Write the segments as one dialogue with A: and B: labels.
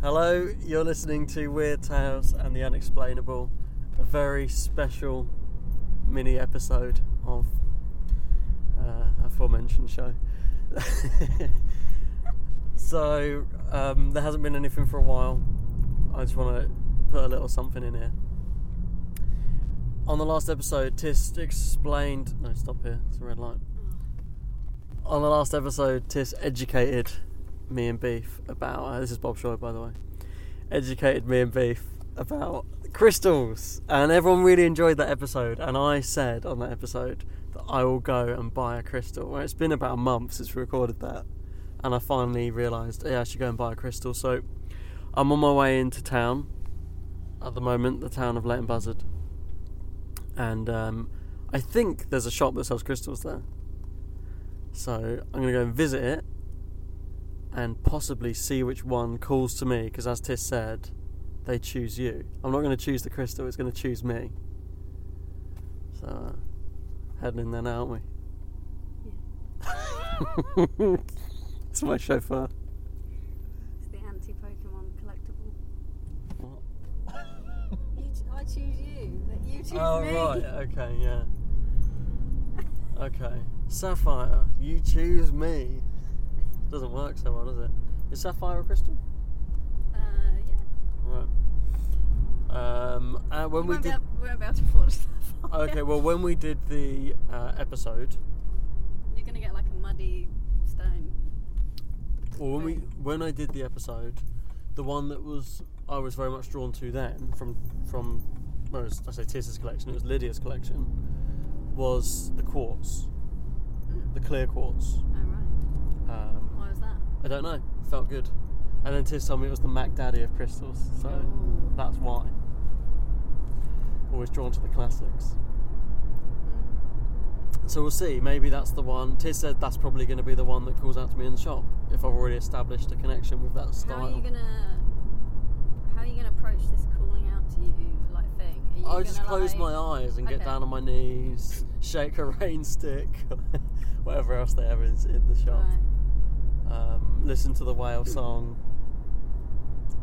A: Hello, you're listening to Weird Tales and the Unexplainable, a very special mini episode of uh, aforementioned show. so, um, there hasn't been anything for a while. I just want to put a little something in here. On the last episode, Tis explained. No, stop here, it's a red light. On the last episode, Tis educated me and Beef about. Uh, this is Bob Shaw, by the way. Educated me and Beef about crystals, and everyone really enjoyed that episode. And I said on that episode that I will go and buy a crystal. Well, it's been about a month since we recorded that, and I finally realised, yeah, I should go and buy a crystal. So I'm on my way into town at the moment, the town of Leighton Buzzard, and um, I think there's a shop that sells crystals there. So I'm going to go and visit it and possibly see which one calls to me because as Tis said, they choose you. I'm not going to choose the crystal, it's going to choose me. So, uh, heading in there now, aren't we? it's my chauffeur.
B: It's the anti Pokemon collectible. You ch- I choose you. but You choose
A: Oh,
B: me.
A: right, okay, yeah. Okay. Sapphire, you choose me. Doesn't work so well, does it? Is Sapphire a crystal?
B: Uh, yeah.
A: Right. Um, uh, when
B: We
A: we
B: won't, be
A: did.
B: able, we won't be able to afford stuff.
A: Okay, well, when we did the uh, episode,
B: You're going to get like a muddy stone.
A: or when we when I did the episode, the one that was I was very much drawn to then from from well, it's- I say Tiss's collection, it was Lydia's collection, was the quartz, the clear quartz.
B: Oh, right.
A: Um,
B: Why was that?
A: I don't know, felt good, and then Tiss told me it was the Mac Daddy of crystals, so
B: Ooh.
A: that's why. Always drawn to the classics.
B: Mm.
A: So we'll see. Maybe that's the one. Tiz said that's probably going to be the one that calls out to me in the shop if I've already established a connection with that style.
B: How are you going to. How are you going to approach this calling out to you like thing? Are you
A: I just
B: gonna,
A: close
B: like-
A: my eyes and get
B: Okay.
A: down on my knees, shake a rain stick, whatever else they have in, in the shop.
B: Right.
A: Um, listen to the whale song,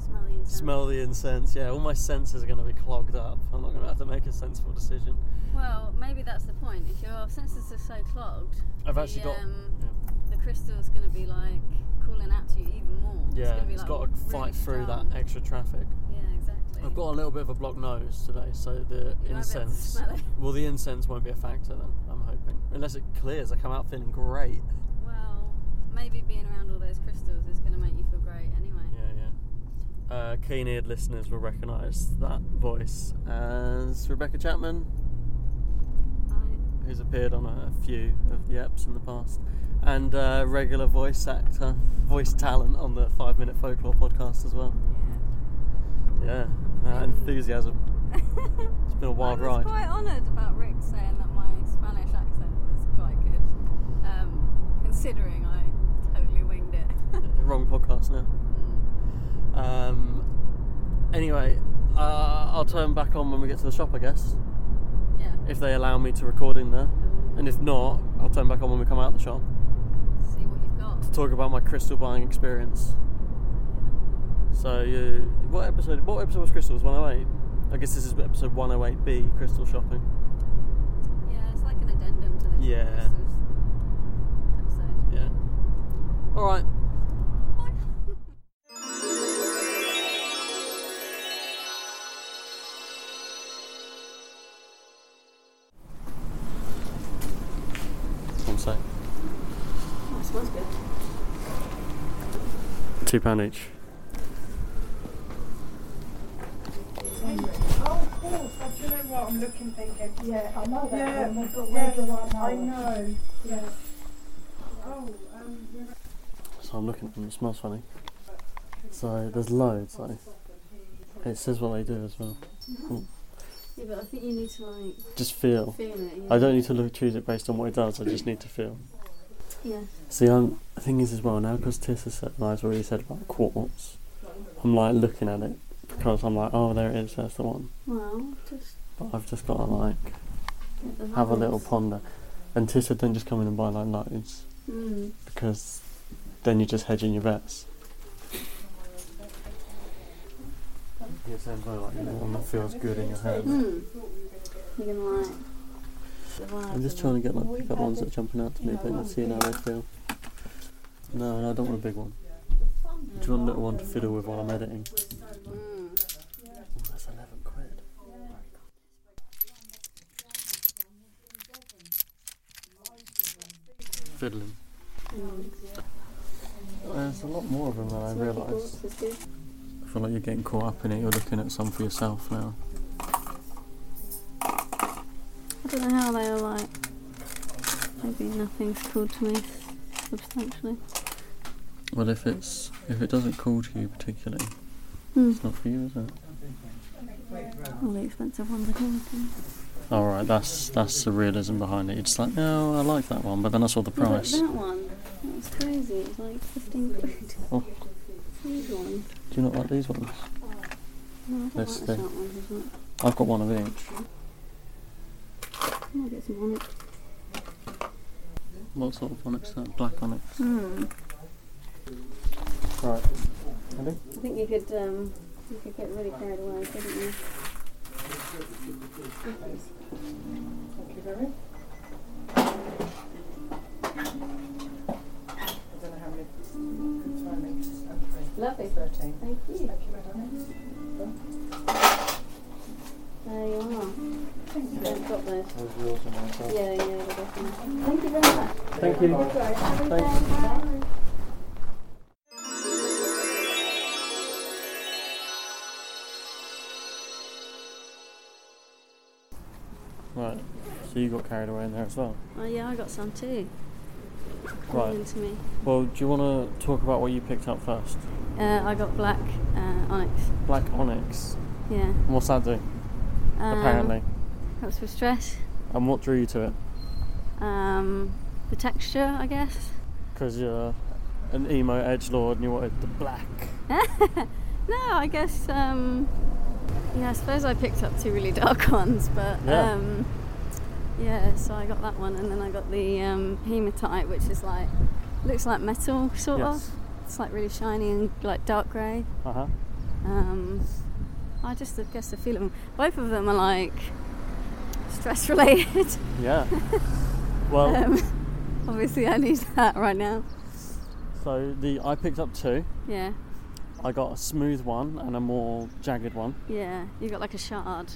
B: Smell the incense.
A: smell the incense. Yeah, all my senses are going to be clogged up. I'm not going to have to make a sensible decision.
B: Well, maybe that's the point. If your senses are so clogged,
A: I've
B: the,
A: actually got.
B: um,
A: yeah.
B: the crystal's going to be like calling out to you even more. it's
A: Yeah,
B: gonna be,
A: it's
B: like,
A: got to
B: really
A: fight through that
B: strong.
A: extra traffic.
B: Yeah, exactly.
A: I've got a little bit of a blocked nose today, so the
B: be able to
A: incense.
B: smell it.
A: Well, the incense won't be a factor then. I'm hoping, unless it clears, I come out feeling great.
B: Well, maybe being around all those crystals is going to make you feel great anyway.
A: Yeah, yeah. Uh, keen-eared listeners will recognise that voice as Rebecca Chapman,
B: I,
A: who's appeared on a few of the eps in the past, and uh, regular voice actor, voice talent on the Five Minute Folklore podcast as well.
B: yeah.
A: Yeah, that enthusiasm. It's been a wild
B: I was
A: ride.
B: quite honoured about Rick saying that my Spanish accent was quite good, um, considering I totally winged it.
A: Wrong podcast now. Um, anyway, uh, I'll turn back on when we get to the shop, I guess.
B: Yeah.
A: If they allow me to record in there. And if not, I'll turn back on when we come out the shop
B: See what you've got.
A: to talk about my crystal buying experience. So, you, what episode? What episode was crystals? 108. I guess this is episode 108B, crystal shopping.
B: Yeah, it's like an addendum to the
A: Yeah.
B: crystals episode.
A: Yeah. All right.
B: Bye.
A: One sec.
B: Oh, it smells good.
A: Two pound each.
C: Oh, of course. I do you know what I'm looking, thinking.
D: Yeah, I know that
C: Yeah,
D: one, but where
C: yes,
D: do I know?
C: I
D: it?
C: know. Yeah. Oh, um, you're right.
A: So I'm looking at them. It smells funny. So there's loads. Like, it says what they do as well.
B: Yeah, but I think you need to like
A: Just feel.
B: feel it. Yeah.
A: I don't need to look, choose it based on what it does. I just need to feel.
B: Yeah.
A: See, I'm, the thing is as well now because Tiss has said, and I've already said about quartz. I'm like looking at it because I'm like, oh, there it is. That's the one.
B: Well, just
A: But I've just got to like
B: get the
A: have a little
B: vibes.
A: ponder. And Tiss said, don't just come in and buy like loads
B: Mm.
A: because then you're just hedging your bets. Yes, I feel like one that feels good in your hand.
B: Mm. You're gonna like the vibes.
A: I'm just
B: of
A: trying to
B: it.
A: get like pickup ones that are jumping out to me, but let's see how they feel. No, no, I don't want a big one. Do you want a little one to fiddle with while I'm editing?
B: Mm.
A: Oh, that's 11 quid. Fiddling. There's Uh, a lot more of them than I realised.
B: It's good.
A: I feel like you're getting caught up in it. You're looking at some for yourself now.
B: I don't know how they are like. Maybe nothing's called to me substantially.
A: Well, if it's if it doesn't call to you particularly,
B: Hmm.
A: it's not for you, is it?
B: All the expensive ones are called to me.
A: All right, that's that's the realism behind it. It's like, no, I like that one, but then I saw the
B: Yeah, but
A: price.
B: That one. That was crazy. It was like 15 quid.
A: Oh.
B: Huge one.
A: Do you not like these ones?
B: No, I don't
A: Let's
B: like the
A: see.
B: short ones as much.
A: I've got one of each.
B: I'll get some on it.
A: What sort of onyx? That black onyx.
B: Hmm.
A: Right. Ready?
B: I think you could um, you could get really carried away, couldn't you?
C: Thank you very much. I don't know how many good timing. Okay,
B: Lovely.
C: 13.
B: Thank you.
C: Thank you, madam.
B: There you are. I've got those.
A: Those are yours and mine, so-
B: Yeah, yeah, they're definitely. Thank you very much.
A: Thank you. Thanks.
B: Bye.
A: Right. So you got carried away in there as well.
B: Oh yeah, I got some too.
A: Right.
B: Given to me.
A: Well, do you want to talk about what you picked up first?
B: Uh, I got black uh, onyx.
A: Black onyx.
B: Yeah.
A: And what's that do?
B: Um,
A: Apparently.
B: Helps with stress.
A: And what drew you to it?
B: Um, the texture, I guess.
A: Because you're an emo edge lord and you wanted the black.
B: No, I guess. Um, yeah, I suppose I picked up two really dark ones, but
A: Yeah.
B: um, yeah. So I got that one, and then I got the um, hematite, which is like looks like metal, sort
A: Yes.
B: of. It's like really shiny and like dark grey.
A: Uh huh.
B: Um, I just I guess I feel them. Both of them are like stress related.
A: Yeah. well,
B: um, obviously, I need that right now.
A: so the I picked up two.
B: Yeah,
A: I got a smooth one and a more jagged one.
B: yeah. You got like a shard.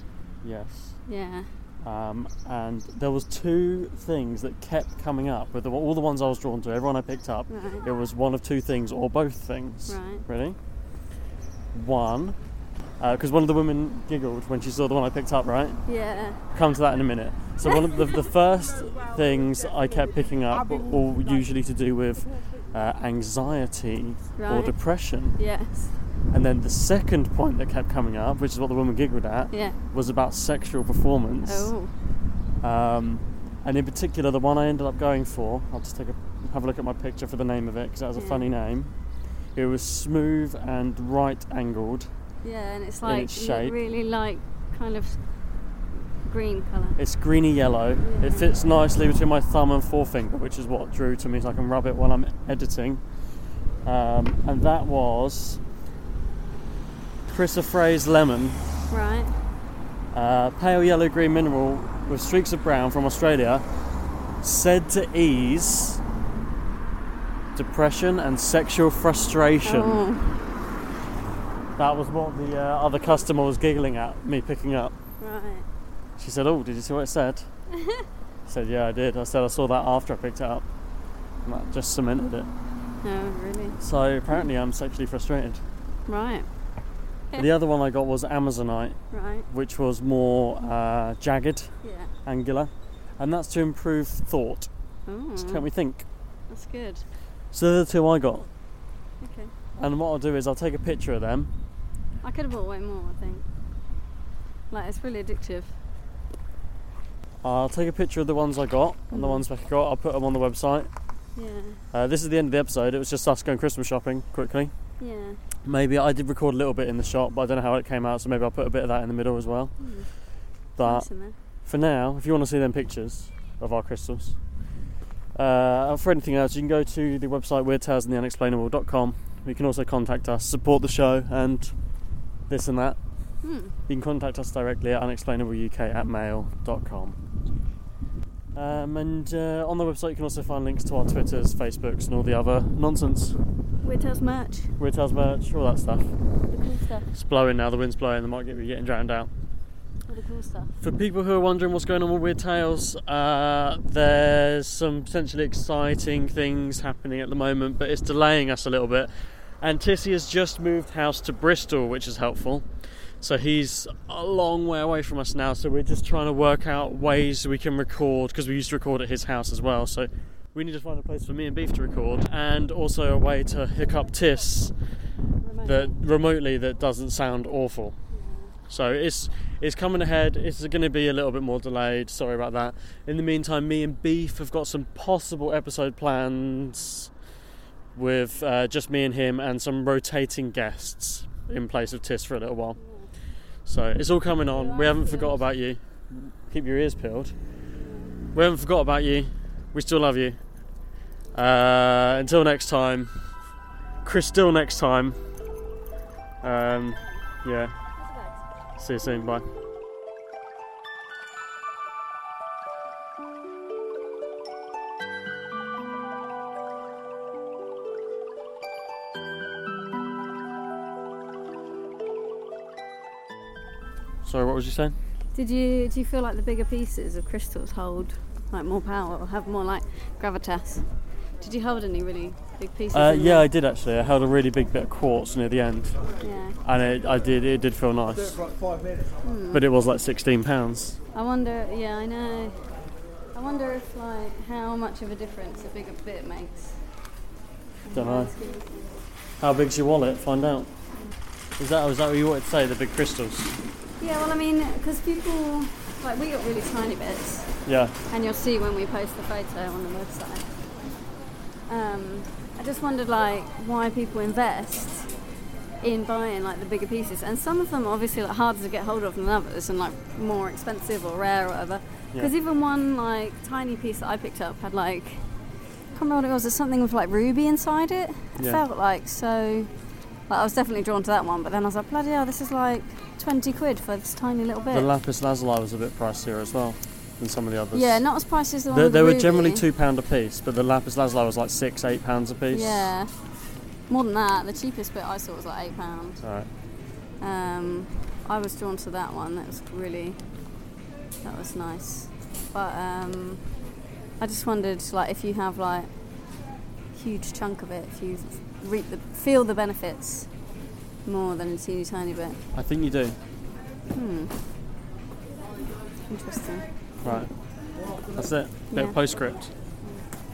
A: Yes.
B: Yeah.
A: Um, and there was two things that kept coming up with the, all the ones I was drawn to. Everyone I picked up,
B: Right.
A: it was one of two things or both things.
B: Right.
A: Ready? One, because one of the women giggled when she saw the one I picked up. Right.
B: Yeah.
A: Come to that in a minute. So one of the, the first things I kept picking up were all usually to do with uh, anxiety or
B: Right.
A: depression.
B: Yes.
A: And then the second point that kept coming up, which is what the woman giggled at,
B: Yeah.
A: was about sexual performance.
B: Oh.
A: Um, and in particular, the one I ended up going for, I'll just take a, have a look at my picture for the name of it because it has a
B: Yeah.
A: funny name. It was smooth and right angled,
B: Yeah, and it's
A: In
B: like
A: its
B: you
A: shape.
B: really like kind of green colour.
A: It's greeny yellow. It fits nicely between my thumb and forefinger, which is what drew to me, so I can rub it while I'm editing. Um, and that was Chrysoprase Lemon,
B: Right.
A: uh, pale yellow green mineral with streaks of brown from Australia, said to ease depression and sexual frustration.
B: Oh,
A: That was what the uh, other customer was giggling at me picking up.
B: right.
A: She said, "Oh, did you see what it said?" I said, "Yeah, I did." I said, "I saw that after I picked it up." And that just cemented it.
B: No, really.
A: So apparently, I'm sexually frustrated.
B: Right.
A: the other one I got was Amazonite,
B: Right.
A: which was more uh, jagged,
B: Yeah.
A: angular, and that's to improve thought,
B: Oh,
A: to help me think.
B: that's good.
A: So they're the two I got.
B: Okay.
A: And what I'll do is I'll take a picture of them.
B: I could have bought way more, I think. Like, it's really addictive.
A: I'll take a picture of the ones I got and the ones I got. I'll put them on the website.
B: Yeah.
A: Uh, this is the end of the episode. It was just us going Christmas shopping quickly.
B: Yeah.
A: Maybe I did record a little bit in the shop, but I don't know how it came out, so maybe I'll put a bit of that in the middle as well. But Uh,
B: Nice in there.
A: for now, if you want to see them pictures of our crystals, uh, and for anything else, you can go to the website weirdtalesandtheunexplainable.com. You can also contact us, support the show, and this and that. You can contact us directly at unexplainableuk at mail.com. Um, and uh, on the website, you can also find links to our Twitters, Facebooks, and all the other nonsense.
B: Weird Tales merch.
A: Weird Tales merch, all that stuff.
B: The cool stuff.
A: It's blowing now, the wind's blowing, the might get be getting drowned out.
B: All the cool stuff.
A: For people who are wondering what's going on with Weird Tales, uh, there's some potentially exciting things happening at the moment, but it's delaying us a little bit. And Tissy has just moved house to Bristol, which is helpful. So he's a long way away from us now, so we're just trying to work out ways we can record, because we used to record at his house as well, so we need to find a place for me and Beef to record, and also a way to hook up Tiss that remotely that doesn't sound awful. So it's it's coming ahead. It's going to be a little bit more delayed. Sorry about that. In the meantime, me and Beef have got some possible episode plans with uh, just me and him and some rotating guests in place of Tis for a little while. So it's all coming on. We haven't forgot about you. Keep your ears peeled. We haven't forgot about you. We still love you. Uh, until next time. Chris, till next time. Um, yeah. See you soon. Bye. Sorry, what was you saying?
B: Did you do you feel like the bigger pieces of crystals hold like more power or have more like gravitas? Did you hold any really big pieces?
A: Uh,
B: in
A: yeah, I
B: there?
A: did actually. I held a really big bit of quartz near the end,
B: Yeah.
A: and it, I did. It did feel nice, Hmm. but it was like sixteen pounds.
B: I wonder. Yeah, I know. I wonder if like how much of a difference a bigger bit makes.
A: Don't know. How big's your wallet? Find out. Is that was that what you wanted to say? The big crystals.
B: Yeah, well, I mean, because people like we got really tiny bits,
A: Yeah.
B: and you'll see when we post the photo on the website. Um, I just wondered like why people invest in buying like the bigger pieces, and some of them are obviously like harder to get hold of than others, and like more expensive or rare or whatever. Because
A: Yeah.
B: even one like tiny piece that I picked up had like I can't remember what it was. It's something with like ruby inside it. It
A: Yeah.
B: felt like so. Like, I was definitely drawn to that one, but then I was like, bloody hell, this is like twenty quid for this tiny little bit.
A: The lapis lazuli was a bit pricier as well than some of the others.
B: yeah, not as pricey as the one.
A: They,
B: with the
A: they were
B: ruby.
A: generally two pound a piece, but the lapis lazuli was like six, eight pounds a piece.
B: Yeah, more than that. The cheapest bit I saw was like eight pound.
A: All right.
B: Um, I was drawn to that one. That was really, that was nice. But um, I just wondered, like, if you have like huge chunk of it, if you reap the feel the benefits more than a teeny tiny bit.
A: I think you do.
B: Interesting.
A: Right. That's it. Bit
B: Yeah.
A: of postscript.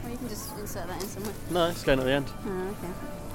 B: Well, you can just insert that in somewhere.
A: No, it's going at the end.
B: Oh, okay.